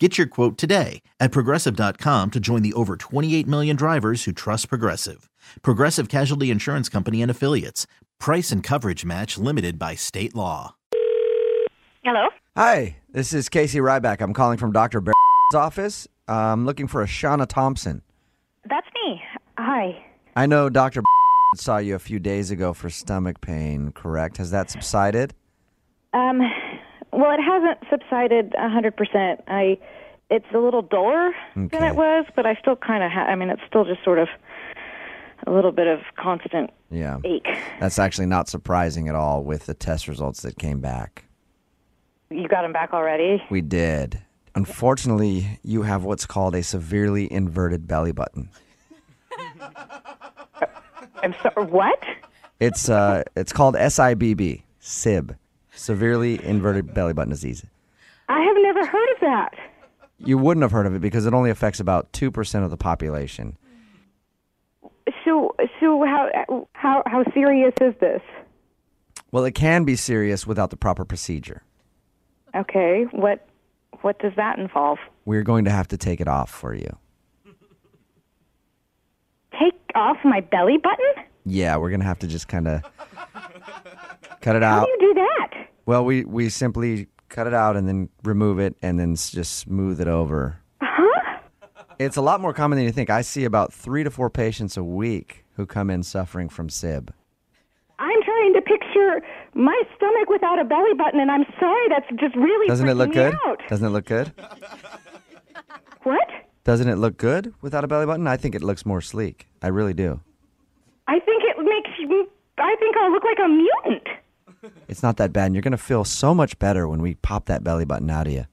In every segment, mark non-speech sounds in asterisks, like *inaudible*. Get your quote today at progressive.com to join the over 28 million drivers who trust Progressive. Progressive Casualty Insurance Company and Affiliates. Price and coverage match limited by state law. Hello. Hi, this is Casey Ryback. I'm calling from Dr. Barrett's office. Uh, I'm looking for a Shauna Thompson. That's me. Hi. I know Dr. saw you a few days ago for stomach pain, correct? Has that subsided? Um, well, it hasn't subsided 100%. I, it's a little duller than Okay. it was, but I still kind of ha- I mean, it's still just sort of a little bit of constant Yeah. ache. That's actually not surprising at all with the test results that came back. You got him back already? We did. Unfortunately, you have what's called a severely inverted belly button. I'm sorry. What? It's uh it's called SIBB, SIB, severely inverted belly button disease. I have never heard of that. You wouldn't have heard of it because it only affects about 2% of the population. So, so how how how serious is this? Well, it can be serious without the proper procedure. Okay. What what does that involve? We're going to have to take it off for you. Take off my belly button? Yeah, we're going to have to just kind of cut it How out. do you do that? Well, we we simply cut it out and then remove it and then s- just smooth it over. It's a lot more common than you think. I see about 3 to 4 patients a week who come in suffering from SIB. I'm trying to picture my stomach without a belly button, and I'm sorry, that's just really Doesn't it freaking look me good? Out. Doesn't it look good? What? Doesn't it look good without a belly button? I think it looks more sleek. I really do. I think it makes you. I think I'll look like a mutant. It's not that bad. And you're going to feel so much better when we pop that belly button out of you.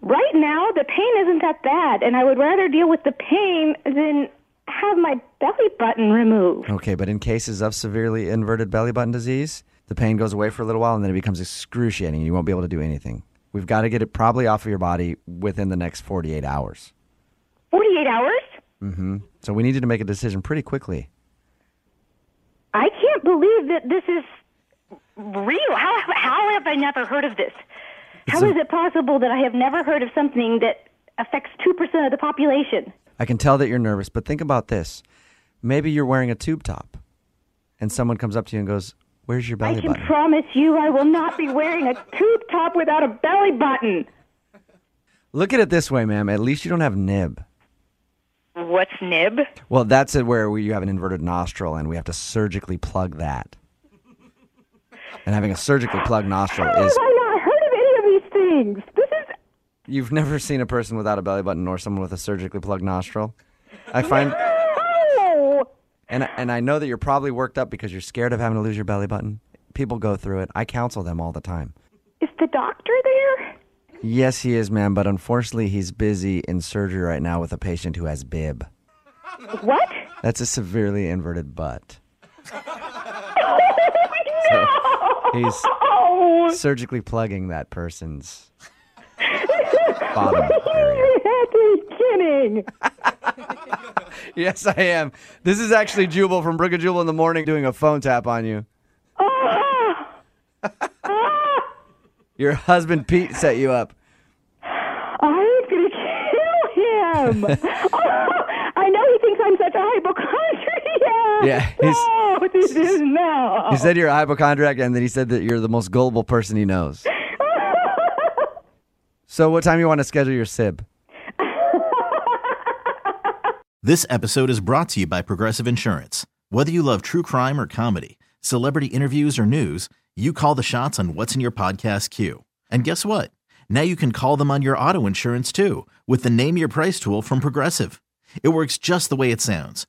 Right now, the pain isn't that bad, and I would rather deal with the pain than have my belly button removed. Okay, but in cases of severely inverted belly button disease, the pain goes away for a little while and then it becomes excruciating. You won't be able to do anything. We've got to get it probably off of your body within the next 48 hours. 48 hours? So we need you to make a decision pretty quickly. I can't believe that this is real. How, how have I never heard of this? How is a- it possible that I have never heard of something that affects 2% of the population? I can tell that you're nervous, but think about this. Maybe you're wearing a tube top and someone comes up to you and goes, Where's your belly I can button? promise you I will not be wearing a tube top without a belly button. Look at it this way, ma'am. At least you don't have nib. What's nib? Well, that's it where we, you have an inverted nostril and we have to surgically plug that. And having a surgically plugged nostril How is have I not heard of any of these things? This is You've never seen a person without a belly button or someone with a surgically plugged nostril. I find, oh, and and I know that you're probably worked up because you're scared of having to lose your belly button. People go through it. I counsel them all the time. is the doctor there? Yes, he is, ma'am, but unfortunately, he's busy in surgery right now with a patient who has bib. What? That's a severely inverted butt. He's Oh, *laughs* surgically plugging that person's bottom area. you had to be kidding! *laughs* Yes, I am. This is actually Jubal from Brook and Jubal in the morning doing a phone tap on you. Oh, Your *laughs* husband Pete set you up. I'm gonna kill *laughs* him! oh, I know he thinks I'm such a hypochondriac. Yeah, he's- oh, this is now. He said you're a hypochondriac, and then he said that you're the most gullible person he knows. so, what time you want to schedule your sib? This episode is brought to you by Progressive Insurance. Whether you love true crime or comedy, celebrity interviews or news, you call the shots on what's in your podcast queue. And guess what? Now you can call them on your auto insurance too with the Name Your Price tool from Progressive. It works just the way it sounds.